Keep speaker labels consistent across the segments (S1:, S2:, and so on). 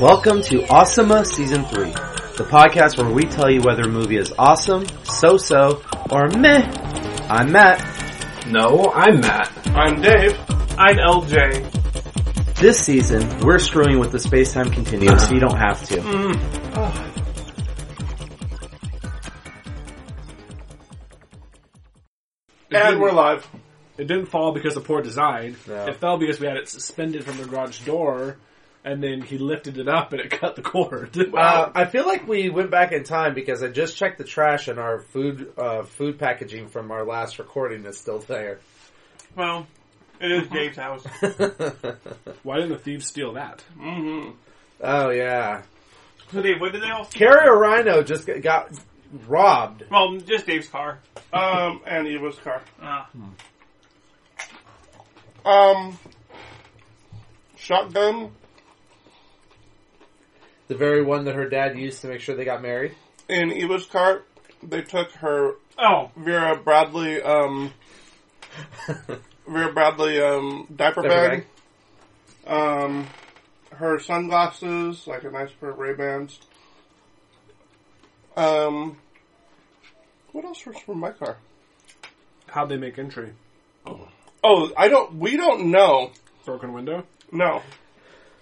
S1: Welcome to Awesomea Season 3, the podcast where we tell you whether a movie is awesome, so-so, or meh. I'm Matt.
S2: No, I'm Matt.
S3: I'm Dave. I'm LJ.
S1: This season, we're screwing with the space-time continuum so you don't have to.
S3: And we're live. It didn't fall because of poor design.
S1: No.
S3: It fell because we had it suspended from the garage door, and then he lifted it up and it cut the cord.
S4: Uh, I feel like we went back in time because I just checked the trash and our food uh, food packaging from our last recording is still there.
S5: Well, it is Dave's house.
S3: Why didn't the thieves steal that?
S4: Oh yeah,
S5: So Dave, what did they all? steal?
S4: Carrier Rhino just got, got robbed.
S5: Well, just Dave's car.
S6: Um, and Eva's car.
S5: Uh,
S6: Um, shotgun
S4: The very one that her dad used to make sure they got married.
S6: in Eva's car. They took her
S5: oh,
S6: Vera Bradley, um, Vera Bradley, um, diaper,
S4: Diaper
S6: bag. Um, her sunglasses, like a nice pair of Ray Bans. Um, what else was from my car?
S3: How'd they make entry?
S6: Oh, I don't. We don't know.
S3: Broken window?
S6: No.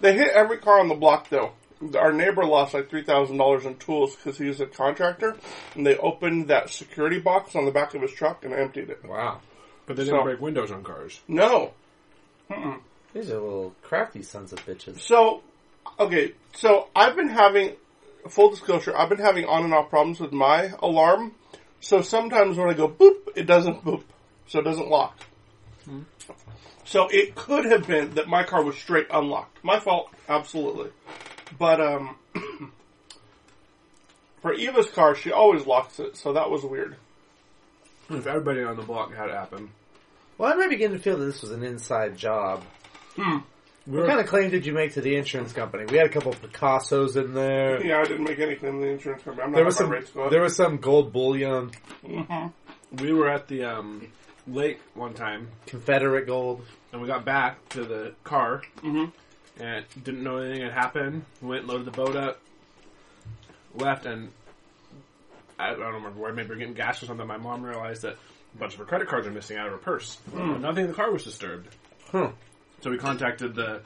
S6: They hit every car on the block, though. Our neighbor lost like $3,000 in tools because he was a contractor, and they opened that security box on the back of his truck and emptied it.
S4: Wow,
S3: But they didn't
S6: So-
S3: break windows on cars.
S6: No.
S4: these are little crafty sons of bitches.
S6: So, okay, so I've been having, full disclosure, I've been having on and off problems with my alarm. So sometimes when I go boop, it doesn't boop. So it doesn't lock.
S4: Hmm.
S6: So it could have been that my car was straight unlocked. My fault, absolutely. But, um, for Eva's car, she always locks it, so that was weird.
S3: If everybody on the block had it happen.
S4: Well, I'm beginning to feel that this was an inside job.
S3: We
S4: What
S3: were,
S4: kind of claim did you make to the insurance company? We had a couple of Picassos in there.
S6: Yeah, I didn't make any claim to the insurance company. I'm not
S4: There was
S6: having
S4: some.
S6: my rates go up.
S4: There was some gold bullion,
S3: we were at the um, lake one time,
S4: Confederate gold.
S3: and we got back to the car, and didn't know anything had happened. Went, loaded the boat up, left, and I don't remember where. Maybe we we're getting gas or something. My mom realized that a bunch of her credit cards are missing out of her purse. But Nothing in the car was disturbed.
S4: Huh.
S3: So we contacted the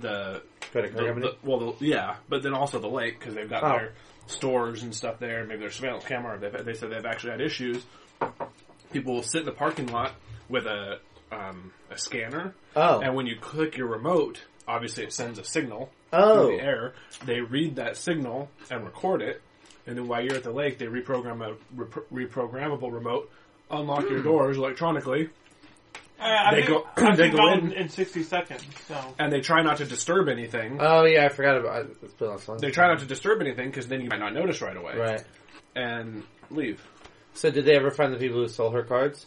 S3: the,
S4: Credit
S3: the,
S4: card company.
S3: the- well, the, yeah, but then also the lake because they've got
S4: Oh.
S3: their stores and stuff there. Maybe their surveillance camera. They they said they've actually had issues. People will sit in the parking lot with a um, a scanner
S4: Oh.
S3: and when you click your remote, obviously it sends a signal
S4: Oh.
S3: through the air. They read that signal and record it. And then while you're at the lake, they reprogram a repro- reprogrammable remote, unlock your doors electronically,
S5: I, I
S3: They
S5: think,
S3: go-
S5: I
S3: they
S5: think
S3: go
S5: all
S3: in.
S5: in. in sixty seconds. So
S3: and they try not to disturb anything.
S4: Oh yeah, I forgot about it's been on Sunday.
S3: they try not to disturb anything because then you might not notice right away
S4: Right.
S3: and leave.
S4: So did they ever find the people who sold her cards?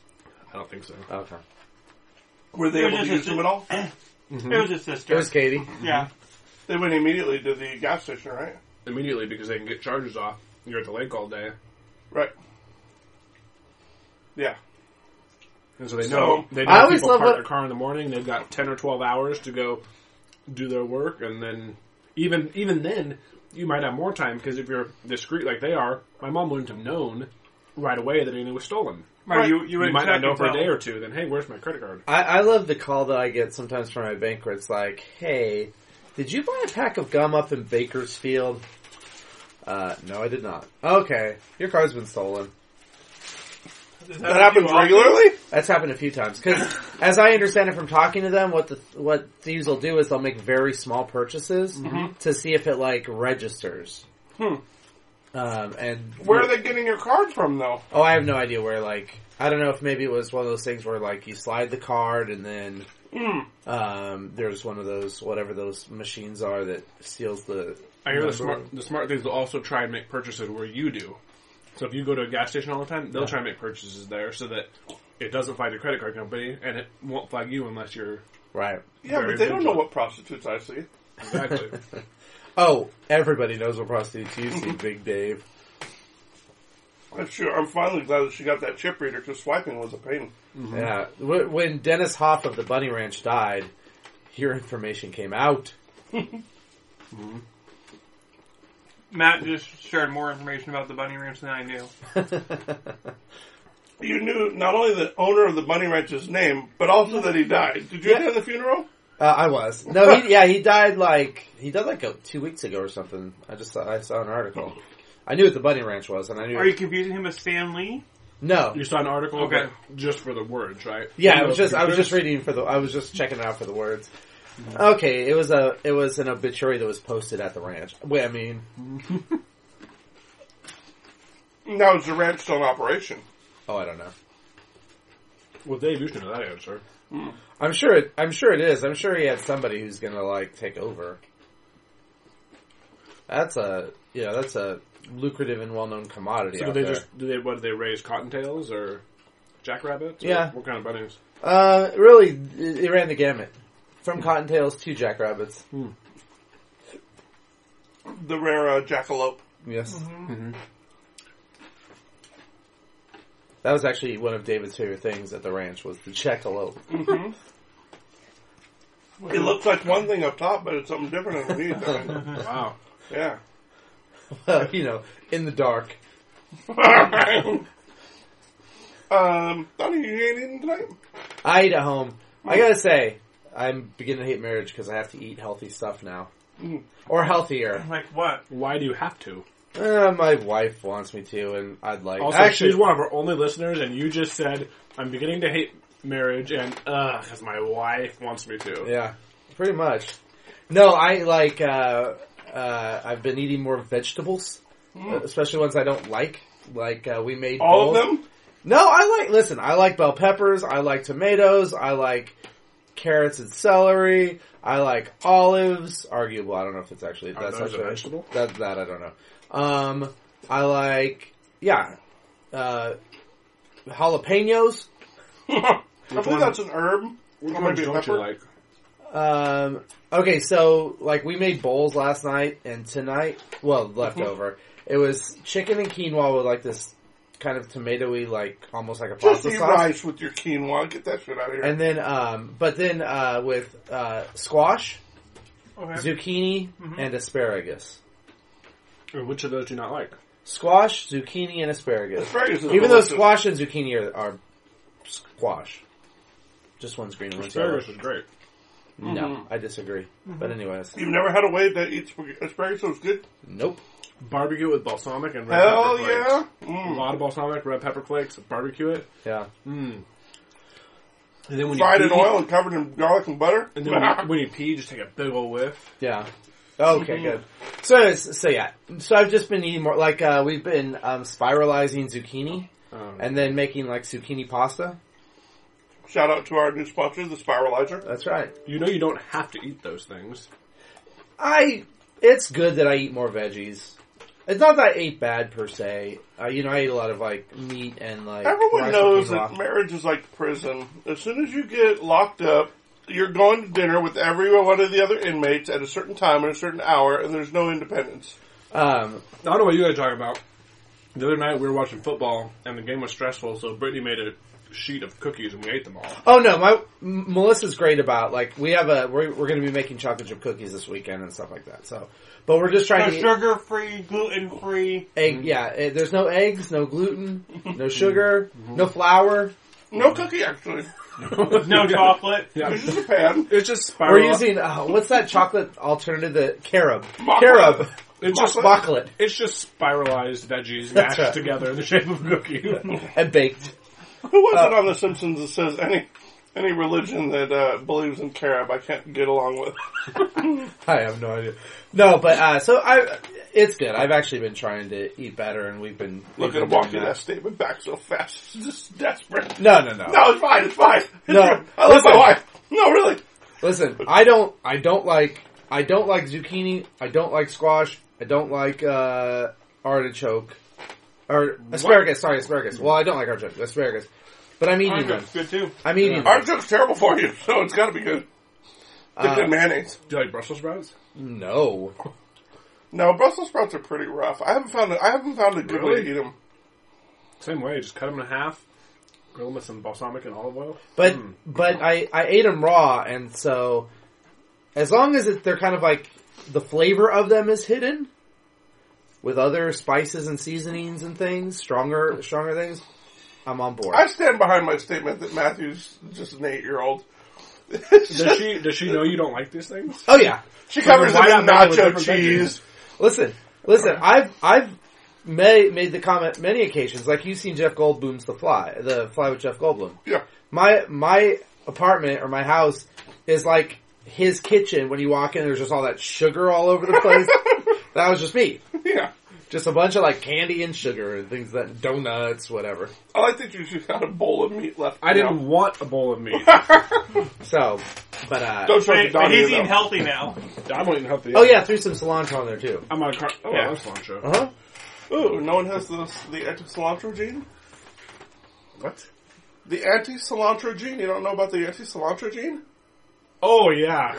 S3: I don't think so.
S4: Okay.
S6: Were they
S5: It
S6: able
S5: was
S6: to
S5: just
S6: use
S5: a-
S6: them at all?
S3: Mm-hmm.
S6: Mm-hmm.
S5: it was his sister.
S4: It was Katie.
S5: yeah,
S6: They went immediately to the gas station, right?
S3: Immediately because they can get charges off. You're at the lake all day,
S6: Right. Yeah.
S3: and so they
S6: So,
S3: know. They know
S4: I always
S3: people
S4: love
S3: park
S4: what-
S3: their car in the morning. They've got ten or twelve hours to go do their work, and then even even then, you might have more time because if you're discreet like they are, my mom wouldn't have known right away that anything was stolen.
S5: right. You you,
S3: You
S5: wouldn't
S3: might not
S5: check
S3: know
S5: and
S3: for a
S5: tell.
S3: day or two. Then hey, where's my credit card?
S4: I, I love the call that I get sometimes from my banker. It's like, hey, did you buy a pack of gum up in Bakersfield? Uh, no, I did not. Okay, your card's been stolen.
S5: Does
S6: That happens
S5: happen to you all?
S6: regularly?
S4: That's happened a few times because, as I understand it from talking to them, what the what thieves will do is they'll make very small purchases
S3: Mm-hmm.
S4: to see if it like registers. Hmm. Um, and
S6: Where are they getting your card from, though?
S4: Oh, I have no idea where. Like, I don't know if maybe it was one of those things where like you slide the card and then
S6: Hmm.
S4: um, there's one of those whatever those machines are that seals the.
S3: I hear the
S4: number.
S3: smart the smart things will also try and make purchases where you do. So if you go to a gas station all the time, they'll try and make purchases there so that it doesn't flag the credit card company and it won't flag you unless you're
S4: right.
S6: Yeah,
S3: Very
S6: but they don't know
S3: vigilant.
S6: what prostitutes I see.
S3: exactly.
S4: Oh, everybody knows what prostitutes you see, Big Dave.
S6: I'm sure. I'm finally glad that she got that chip reader because swiping was a pain.
S4: Yeah. Wh- When Dennis Hoff of the Bunny Ranch died, your information came out.
S5: Matt just shared more information about the bunny ranch than I knew.
S4: Uh,
S6: You knew not only the owner of the Bunny Ranch's name, but also that he died. Did you attend the funeral?
S4: Uh, I was. No, he, yeah, he died like he died like a, two weeks ago or something. I just saw, I saw an article. I knew what the Bunny Ranch was, and I knew
S5: Are you confusing him with Stan Lee?
S4: no.
S3: You saw an article,
S5: Okay.
S3: but just for the words, right?
S4: Yeah, I was just I was just reading for the I was just checking it out for the words.
S5: Mm-hmm.
S4: Okay, it was a it was an obituary that was posted at the ranch. Wait, I mean,
S6: Now is the ranch still in operation?
S4: oh, I don't know.
S3: Well, Dave, you should know that answer.
S4: I'm sure it. I'm sure it is. I'm sure he had somebody who's gonna like take over. That's a yeah. That's a lucrative and well known commodity.
S3: So
S4: out
S3: do they
S4: there.
S3: just do they what do they raise cottontails or jackrabbits? Or
S4: Yeah.
S3: What kind of bunnies?
S4: uh, really, it, it ran the gamut from cottontails to jackrabbits.
S6: The rare uh, jackalope.
S4: Yes. Mm-hmm. That was actually one of David's favorite things at the ranch was the jackalope.
S6: Mm-hmm. It looks like one thing up top, but it's something different underneath. I mean,
S3: Wow.
S6: yeah.
S4: you know, in the dark.
S6: um, Donnie, you ain't eating tonight?
S4: I eat at home. I gotta say, I'm beginning to hate marriage because I have to eat healthy stuff now, or healthier.
S5: Like what?
S3: Why do you have to?
S4: Uh, my wife wants me to, and I'd like.
S3: Also,
S4: actually,
S3: she's one of our only listeners, and you just said I'm beginning to hate marriage, and uh, because my wife wants me to.
S4: yeah, pretty much. No, I like. Uh, uh, I've been eating more vegetables, uh, especially ones I don't like. Like uh, we made
S6: All of
S4: bowls.
S6: them?
S4: No, I like. Listen, I like bell peppers. I like tomatoes. I like carrots and celery. I like olives. Arguable. I don't know if it's actually that's
S3: those a
S4: actually
S3: vegetable?
S4: That that I don't know. Um, I like yeah, uh, jalapenos.
S6: I believe that's an herb.
S3: Which
S6: Or
S3: ones
S6: maybe a
S3: don't you
S6: pepper.
S3: like?
S4: Um, okay, so like we made bowls last night and tonight. Well, leftover. it was chicken and quinoa with like this kind of tomatoey, like almost like a
S6: Just
S4: pasta
S6: eat
S4: sauce.
S6: rice with your quinoa. Get that shit out of here.
S4: And then, um, but then uh, with uh, squash,
S5: Okay.
S4: zucchini,
S6: Mm-hmm.
S4: and asparagus.
S3: Or which of those do you not like?
S4: Squash, zucchini, and asparagus.
S6: Asparagus is
S4: Even though
S6: delicious.
S4: squash and zucchini are, are squash, just one's green, and one's yellow.
S3: Asparagus is great.
S4: No, I disagree.
S6: Mm-hmm.
S4: But anyways,
S6: You've never had a way that eats spag- asparagus was good?
S4: nope.
S3: Barbecue with balsamic and red
S6: Hell
S3: pepper flakes.
S6: yeah.
S3: A
S6: Mm.
S3: lot of balsamic, red pepper flakes, barbecue it,
S4: Yeah,
S3: Mm. And then when
S6: Fried
S3: you
S6: in
S3: pee,
S6: oil and covered in garlic and butter.
S3: and then when you, when you pee, just take a big old whiff.
S4: yeah. Okay, good. So, it's- so yeah. So I've just been eating more. Like uh, we've been um, spiralizing zucchini
S3: Um,
S4: and then making like zucchini pasta.
S6: Shout out to our new sponsor, the Spiralizer.
S4: That's right.
S3: you know you don't have to eat those things.
S4: I it's good that I eat more veggies. It's not that I ate bad per se. Uh, you know, I eat a lot of like meat and like. rice
S6: Everyone
S4: and
S6: knows that
S4: quinoa.
S6: marriage is like prison. As soon as you get locked up, you're going to dinner with every one of the other inmates at a certain time and a certain hour, and there's no independence.
S4: Um,
S3: I don't know what you guys are talking about. The other night we were watching football and the game was stressful, so Brittany made a sheet of cookies and we ate them all.
S4: oh no, my M- Melissa's great about like we have a we're we're going to be making chocolate chip cookies this weekend and stuff like that. So, but we're just
S5: So
S4: trying to eat
S5: sugar free, gluten free.
S6: Mm-hmm.
S4: egg. Yeah, eh, there's no eggs, no gluten, no sugar, no
S6: Mm-hmm.
S4: flour.
S6: No cookie, actually.
S5: No chocolate.
S3: Yeah,
S6: It's just a pan.
S3: it's just spiral.
S4: We're using uh, what's that chocolate alternative? The carob,
S6: Baklava.
S4: carob,
S3: it's just
S4: chocolate,
S3: it's just spiralized veggies
S4: That's
S3: mashed
S4: right.
S3: together in the shape of a cookie.
S4: and baked.
S6: Who was it on The Simpsons that says any any religion that uh, believes in carob I can't get along with?
S4: I have no idea. No, but uh, so I, it's good. I've actually been trying to eat better, and we've been
S6: Look at
S4: we've been
S6: him walking
S4: doing
S6: that statement back so fast. It's just desperate.
S4: No, no, no,
S6: No, it's fine. It's fine. It's
S4: No.
S6: good. I love my
S4: Listen.
S6: wife. No, really.
S4: Listen, I don't, I don't like, I don't like zucchini. I don't like squash. I don't like uh, artichoke or asparagus. Sorry, asparagus. Well, I don't like artichoke, asparagus. But I'm eating them.
S5: Artichoke's good too.
S4: I'm eating them.
S6: Artichoke's terrible for you, so it's got to be good. The good mayonnaise.
S3: Do you like Brussels sprouts?
S4: No,
S6: No, Brussels sprouts are pretty rough. I haven't found a, I haven't found a good way to
S3: Really?
S6: eat them.
S3: Same way, just cut them in half, grill them with some balsamic and olive oil.
S4: But but I I ate them raw, and so as long as it, they're kind of like the flavor of them is hidden with other spices and seasonings and things, stronger stronger things, I'm on board.
S6: I stand behind my statement that Matthew's just an eight-year-old.
S3: Does she does she know you don't like these things?
S4: oh yeah,
S6: She covers
S3: Why
S6: it in
S3: not make it with different
S6: nacho cheese.
S4: listen, listen. I've I've made made the comment many occasions. Like you've seen Jeff Goldblum's The Fly, The Fly with Jeff Goldblum.
S6: Yeah.
S4: my my apartment or my house is like his kitchen. When you walk in, there's just all that sugar all over the place. that was just me,
S6: Yeah.
S4: just a bunch of like candy and sugar and things that donuts, whatever.
S6: I like that you just got a bowl of meat left.
S3: I didn't
S6: Yeah.
S3: want a bowl of meat.
S4: So, but uh,
S6: Don't show it to
S5: But, but
S6: Donnie,
S5: he's
S6: though.
S5: eating healthy now.
S3: I won't even help the.
S4: oh yeah, threw some cilantro in there too.
S3: I'm on a car. Oh,
S6: Yeah.
S3: that's long show.
S4: Uh huh.
S6: Ooh, no one has the the anti cilantro gene.
S3: What?
S6: The anti cilantro gene. You don't know about the anti cilantro gene?
S3: Oh yeah,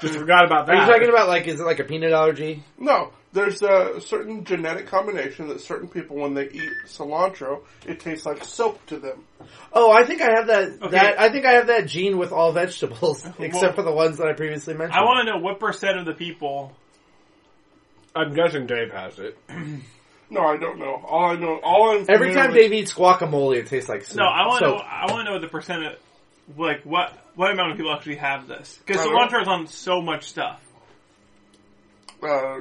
S3: just forgot about that.
S4: Are you talking about like is it like a peanut allergy?
S6: No. There's a certain genetic combination that certain people, when they eat cilantro, it tastes like soap to them.
S4: Oh, I think I have that.
S5: Okay.
S4: That I think I have that gene with all vegetables
S6: Well-
S4: except for the ones that I previously mentioned.
S5: I want to know what percent of the people.
S3: I'm guessing Dave has it.
S6: No, I don't know. All I know, all I'm
S4: Every
S6: familiar
S4: time
S6: with-
S4: Dave eats guacamole, it tastes like soup.
S5: No, I want to.
S4: So-
S5: know I want to know the percent of, like, what what amount of people actually have this because
S6: I don't know.
S5: cilantro is on so much stuff.
S6: uh,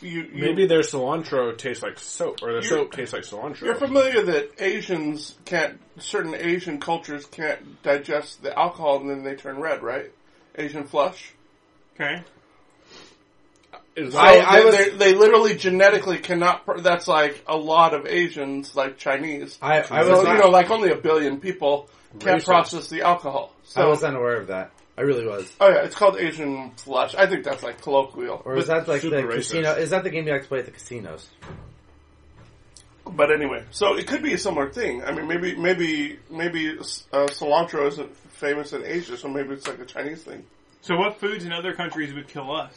S6: you, you
S3: Maybe their cilantro tastes like soap, or their soap tastes like cilantro.
S6: You're familiar that Asians can't, certain Asian cultures can't digest the alcohol and then they turn red, right? Asian flush.
S5: Okay,
S3: Is
S6: So
S3: that-
S4: I- I
S6: they,
S4: was-
S6: they, they literally genetically cannot. pr- That's like a lot of Asians, like Chinese.
S4: I, I
S6: so
S4: was not,
S6: you know, like only a billion people can't
S3: Racist.
S6: process the alcohol. So
S4: I was unaware of that. I really was.
S6: oh yeah, it's called Asian flush. I think that's like colloquial.
S4: Or is that like the
S3: super racist.
S4: casino? Is that the game you like to play at the casinos?
S6: But anyway, so it could be a similar thing. I mean, maybe maybe maybe uh, cilantro isn't famous in Asia, so maybe it's like a Chinese thing.
S5: so what foods in other countries would kill us?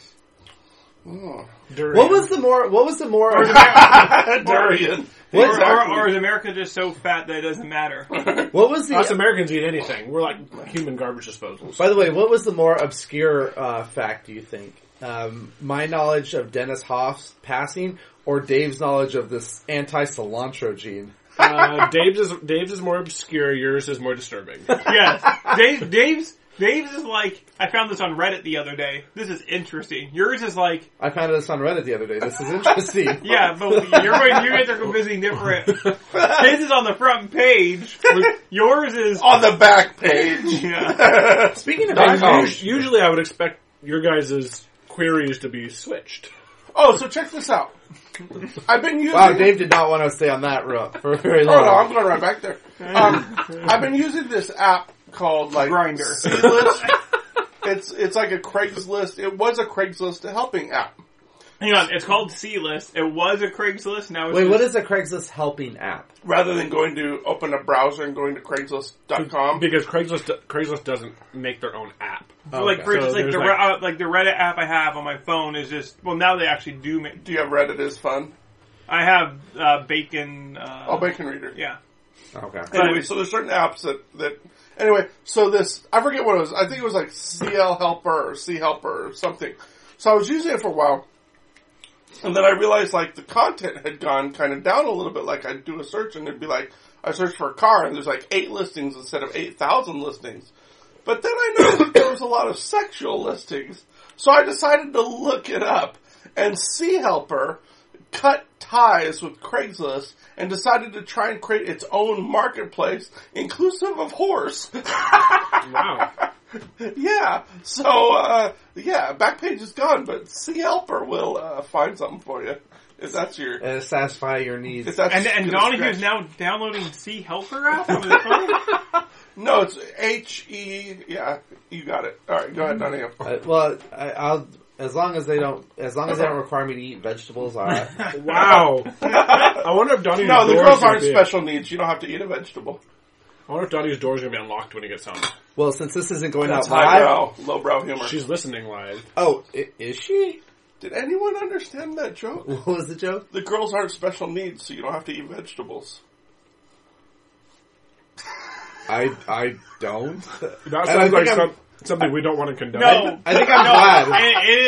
S4: Hmm.
S6: Oh.
S3: durian.
S4: What was the more? What was the more?
S6: Durian.
S4: What-
S5: Or, or,
S6: Exactly.
S5: or is America just so fat that it doesn't matter?
S4: What was the?
S3: Us Americans eat anything. We're like human garbage disposals.
S4: By the way, what was the more obscure uh, fact? Do you think um, my knowledge of Dennis Hoff's passing or Dave's knowledge of this anti-cilantro gene?
S3: Uh, Dave's is Dave's is more obscure. Yours is more disturbing.
S5: yes, Dave, Dave's Dave's is like I found this on Reddit the other day. This is interesting. Yours is like
S4: I found this on Reddit the other day. This is interesting.
S5: yeah, but your you guys are visiting different. His is on the front page. Yours is
S6: on the back page.
S5: yeah.
S4: Speaking of
S3: Us-
S4: anti-
S3: us- usually, I would expect your guys' queries to be switched.
S6: Oh, so check this out. I've been using.
S4: wow, Dave uh, did not want to stay on that route for very
S6: Oh no,
S4: long.
S6: I'm going right back there. Um, I've been using this app called like
S5: Grindr.
S6: Seedlist. it's it's like a Craigslist. It was a Craigslist helping app.
S5: Hang on, it's called C List. It was a Craigslist. Now it's
S4: Wait,
S5: just-
S4: what is the Craigslist helping app?
S6: Rather than going to open a browser and going to Craigslist.com.
S3: Because Craigslist Craigslist doesn't make their own app.
S4: Oh,
S5: like
S4: okay.
S5: for instance,
S3: So
S5: like
S3: there's
S5: the
S3: like-
S5: Re- uh, like the Reddit app I have on my phone is just well now they actually do make.
S6: Do you have Reddit is fun?
S5: I have uh, bacon. Uh,
S6: Oh, Bacon Reader.
S5: Yeah,
S4: Okay.
S6: Anyway, so there's certain apps that that. Anyway, so this I forget what it was. I think it was like CL Helper or C Helper or something. So I was using it for a while, and then I realized like the content had gone kind of down a little bit. Like I'd do a search and it'd be like I searched for a car and there's like eight listings instead of eight thousand listings. But then I noticed there was a lot of sexual listings, so I decided to look it up. And C Helper cut ties with Craigslist and decided to try and create its own marketplace inclusive of horse.
S3: Wow.
S6: yeah. So, uh, yeah, Backpage is gone, but C Helper will, uh, find something for you. If that's your,
S4: Uh, satisfy your needs.
S6: if that's
S5: and and
S6: gonna
S5: Donahue's
S6: scratch-
S5: now downloading C Helper app on his phone.
S6: No, it's H E, yeah, you got it. Alright, go ahead, Donahue.
S4: Uh, well, I, I'll as long as they don't as long as they don't require me to eat vegetables. All right.
S3: Wow. I wonder if Donnie's
S6: No, the
S3: door's
S6: girls
S3: gonna
S6: aren't
S3: be-
S6: special needs. You don't have to eat a vegetable.
S3: I wonder if Donnie's door's gonna be unlocked when he gets home.
S4: Well, since this isn't going
S6: That's
S4: out live,
S6: highbrow, lowbrow humor.
S3: She's listening live.
S4: oh, i- is she?
S6: Did anyone understand that joke?
S4: What was the joke?
S6: The girls aren't special needs, so you don't have to eat vegetables.
S4: I I don't.
S3: That
S4: And I
S3: sounds like
S4: think I'm-
S3: some, something we don't want to condone.
S5: No,
S4: I think I'm
S5: no,
S4: glad.
S5: I- it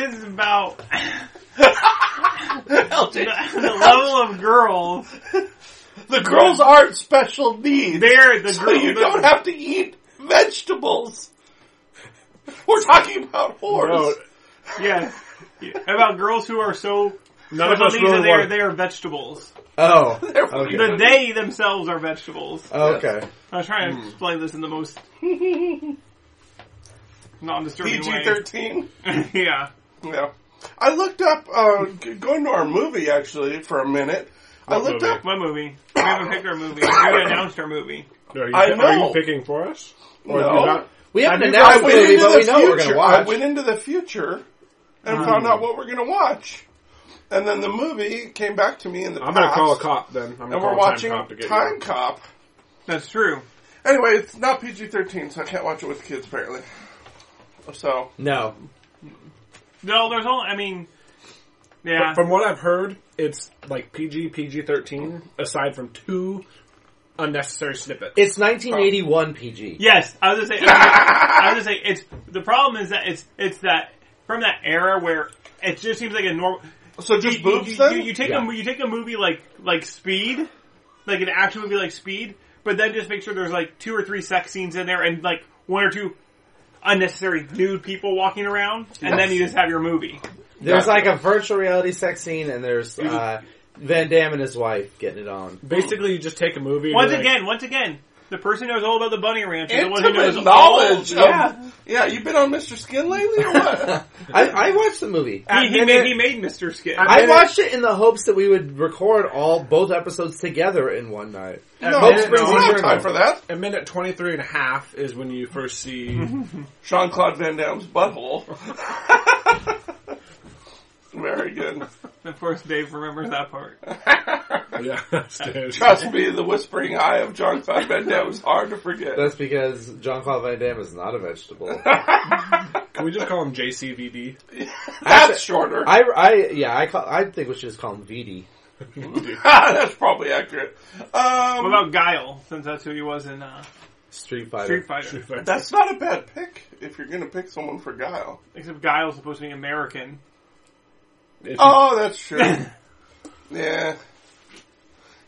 S5: is. It is about the, the level of girls.
S6: The girls aren't special needs.
S5: They are the
S6: so
S5: girls.
S6: you don't have to eat vegetables. We're talking about whores.
S3: No,
S5: yes, about girls who are so.
S3: none of
S5: so
S3: us
S5: these
S3: really
S5: are, they, are,
S3: want.
S5: they are vegetables.
S4: Oh,
S6: They're-
S4: okay.
S5: The they themselves are vegetables.
S4: okay.
S5: I was trying to explain this in the most non-disturbing
S6: PG
S5: way.
S6: thirteen.
S5: yeah.
S6: Yeah, I looked up uh, g- going to our movie actually for a minute. I looked
S3: movie?
S6: up.
S5: What movie? We haven't picked our movie. We haven't announced our movie.
S3: Are you,
S6: I
S3: Are
S6: know.
S3: you picking for us? Or
S6: No.
S3: you not?
S4: We haven't
S3: Have you
S4: announced
S6: I went
S4: movie,
S6: into
S4: but
S6: the
S4: we know what we're going
S6: future-
S4: to
S6: I
S4: watch.
S6: went into the future and
S3: Um,
S6: found out what we're going to watch, and then the movie came back to me in the
S3: I'm gonna
S6: past.
S3: call a cop then. I'm gonna
S6: and
S3: call
S6: we're
S3: a
S6: watching
S3: time cop to get
S6: Time
S3: you.
S6: Cop.
S5: That's true.
S6: Anyway, it's not PG thirteen, so I can't watch it with kids apparently. So
S4: No,
S5: No, there's only. I mean, yeah.
S3: From what I've heard, it's like PG PG thirteen. Aside from two unnecessary snippets.
S4: it's 1981 PG.
S5: Yes, I was gonna say. I was gonna say it's the problem is that it's it's that from that era where it just seems like a normal.
S6: so just
S5: You,
S6: boobs
S5: you,
S6: then.
S5: you- you take
S4: Yeah.
S5: a you take a movie like like Speed, like an action movie like Speed, but then just make sure there's like two or three sex scenes in there and like one or two unnecessary nude people walking around, and then you just have your movie.
S4: There's like a virtual reality sex scene, and there's uh, Van Damme and his wife getting it on.
S3: Basically, you just take a movie. and
S5: Once
S3: you're like,
S5: again, once again, the person who knows all about the bunny ranch is the one who knows
S6: Intimate knowledge.
S5: All, yeah.
S6: Of, yeah, you've been on Mr. Skin lately or what?
S4: I, I watched the movie.
S5: He, he,
S3: And
S5: made,
S3: then-
S5: he made Mr. Skin.
S3: I-
S4: I
S3: And
S4: watched it in the hopes that we would record all both episodes together in one night.
S6: no,
S4: Hope
S6: there's
S4: Springs
S6: not
S4: Eternal.
S6: time for that.
S3: a minute 23 and a half is when you first see.
S6: Jean Claude Van Damme's butthole. Very good.
S5: of course, Dave remembers that part.
S3: yeah, upstairs.
S6: Trust me, the whispering eye of Jean Claude Van Damme is hard to forget.
S4: That's because John Claude Van Damme is not a vegetable.
S3: Can we just call him JCVD?
S6: That's shorter.
S4: I, I yeah, I call, I think we should just call him VD.
S6: That's probably accurate.
S5: What
S6: Um,
S5: about Guile, since that's who he was in uh,
S4: Street Fighter.
S5: Street Fighter?
S6: that's not a bad pick if you're going to pick someone for Guile.
S5: Except Guile's supposed to be American.
S3: If you-
S6: Oh, that's true. yeah.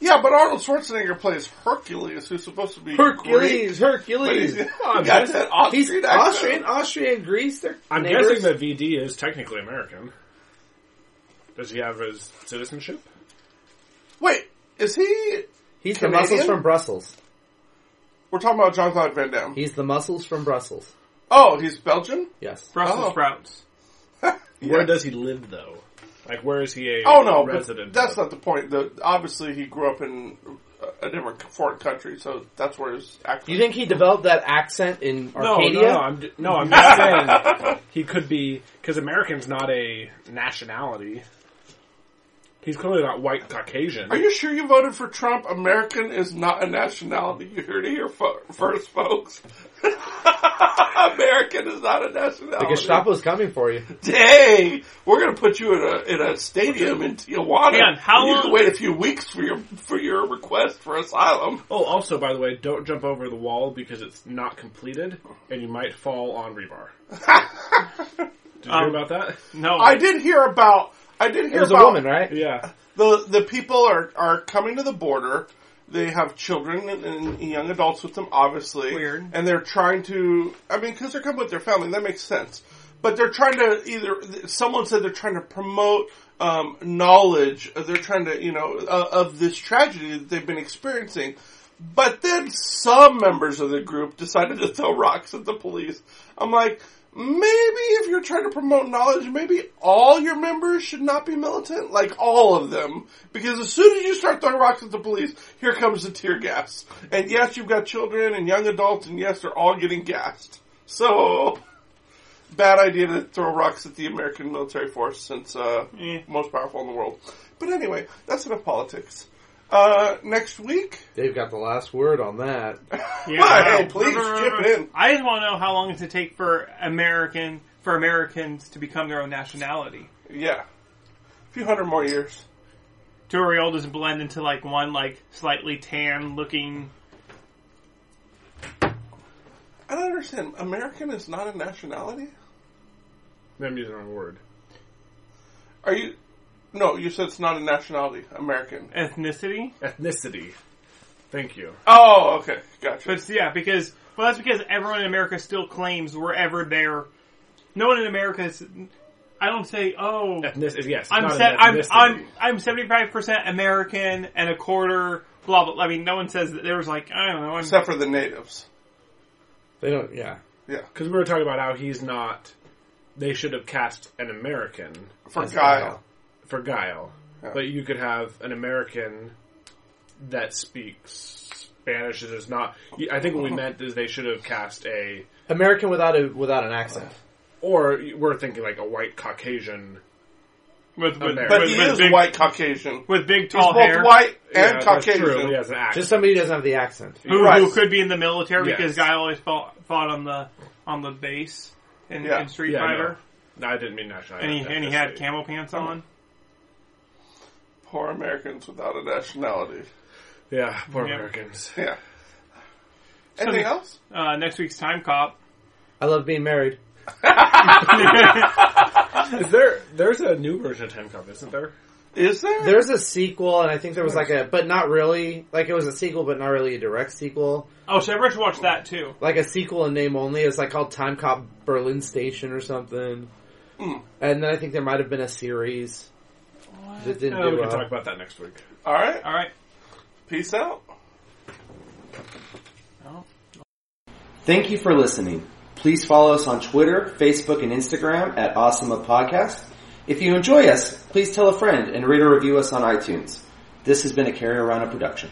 S6: Yeah, but Arnold Schwarzenegger plays Hercules, who's supposed to be Greek,
S4: Hercules,
S6: but he's,
S4: Hercules.
S6: he
S3: I'm
S6: got
S3: guess-
S6: that
S4: He's
S6: Austrian accent.
S4: Austrian, Austrian, Greece. They're
S3: I'm
S4: neighbors.
S3: guessing that VD is technically American. Does he have his citizenship?
S6: Wait, is he?
S4: he's the
S6: Canadian?
S4: muscles from Brussels.
S6: We're talking about Jean Claude Van Damme.
S4: He's the muscles from Brussels.
S6: Oh, he's Belgian.
S4: Yes.
S5: Brussels
S6: Oh.
S5: sprouts.
S3: Where does he live, though? Like, where is he a
S6: Oh no,
S3: resident?
S6: but that's not the point. The, obviously, he grew up in a a different foreign country, so that's where his accent.
S4: You think he developed that accent in
S3: no,
S4: Arcadia?
S3: no, no, I'm, ju- no, I'm just saying he could be because American's not a nationality. He's clearly not white Caucasian.
S6: Are you sure you voted for Trump? American is not a nationality. You heard it here fo- first, folks. American is not a nationality.
S4: The Gestapo's coming for you.
S6: Dang, we're gonna put you in a in a stadium in Tijuana.
S5: Hang on, how
S6: you have to
S5: long-
S6: wait a few weeks for your for your request for asylum.
S3: Oh, also, by the way, don't jump over the wall because it's not completed, and you might fall on rebar. Did you
S5: Um,
S3: hear about that?
S5: No.
S6: I did hear about. I did hear
S4: There's a
S6: about
S4: woman, right?
S3: Yeah.
S6: the the people are are coming to the border. They have children and, and young adults with them, obviously.
S5: Weird.
S6: And they're trying to. I mean, because they're coming with their family, that makes sense. But they're trying to either. Someone said they're trying to promote um, knowledge. They're trying to, you know, uh, of this tragedy that they've been experiencing. But then some members of the group decided to throw rocks at the police. I'm like, maybe if you're trying to promote knowledge, maybe all your members should not be militant, like all of them. Because as soon as you start throwing rocks at the police, here comes the tear gas. And yes, you've got children and young adults, and yes, they're all getting gassed. So, bad idea to throw rocks at the American military force since, uh,
S5: Eh.
S6: most powerful in the world. But anyway, that's enough politics. Uh, next week,
S4: They've got the last word on that.
S5: Yeah.
S6: Well,
S5: no.
S6: hey, please
S5: No, no, no,
S6: chip
S5: no.
S6: in.
S5: I just want to know how long does it take for American for Americans to become their own nationality?
S6: yeah, a few hundred more years.
S5: Turiel just blend into like one like slightly tan looking.
S6: I don't understand. American is not a nationality?
S3: I'm using the wrong word.
S6: Are you. No, you said it's not a nationality. American.
S5: ethnicity.
S3: Ethnicity. Thank you.
S6: Oh, okay. Gotcha.
S5: But yeah, because well, that's because everyone in America still claims wherever they're. No one in America is. I don't say, oh,
S3: Ethnicity. Yes.
S5: I'm
S3: not an
S5: se- I'm
S3: ethnicity.
S5: I'm I'm seventy five percent American and a quarter. Blah blah. I mean, no one says that. There was like I don't know. I'm,
S6: Except for the natives.
S4: They don't. Yeah.
S6: Yeah.
S3: Because we were talking about how he's not. They should have cast an American
S6: For Guile.
S3: for Guile,
S6: Yeah.
S3: but you could have an American that speaks Spanish. and is not. I think what we meant is they should have cast a,
S4: American without a without an accent.
S3: or we're thinking like a white Caucasian.
S5: with with,
S3: American.
S6: But
S5: with,
S6: he
S5: with
S6: is
S5: big,
S6: white Caucasian.
S5: with big
S6: He's
S5: tall hair.
S6: both white and
S3: Yeah, that's
S6: Caucasian.
S3: true. He has an accent.
S4: Just somebody who doesn't have the accent.
S5: who,
S6: Right.
S5: who could be in the military
S3: Yes.
S5: because guy always fought, fought on the on the base in,
S6: Yeah.
S5: in Street
S3: Yeah, I know.
S5: Fighter,
S3: No, I didn't mean national.
S5: and he and he had camel pants on.
S6: Poor Americans without a nationality.
S3: Yeah, poor
S5: Yep.
S3: Americans.
S6: Yeah. Anything else?
S5: Uh, next week's time cop.
S4: I love being married.
S3: Is there? There's a new version of Time Cop, isn't there?
S6: Is there?
S4: There's a sequel, and I think there was like a, but not really. Like it was a sequel, but not really a direct sequel.
S5: Oh, so everyone should watch that too.
S4: Like a sequel in name only. It's like called Time Cop Berlin Station or something. And then I think there might have been a series that didn't
S3: Yeah, Oh, we
S4: do
S3: can
S4: well.
S3: talk about that next week.
S6: All right.
S5: All right.
S6: Peace out.
S1: Thank you for listening. Please follow us on Twitter, Facebook, and Instagram at Awesome Podcast. If you enjoy us, please tell a friend and rate or review us on iTunes. This has been a Carry Around a production.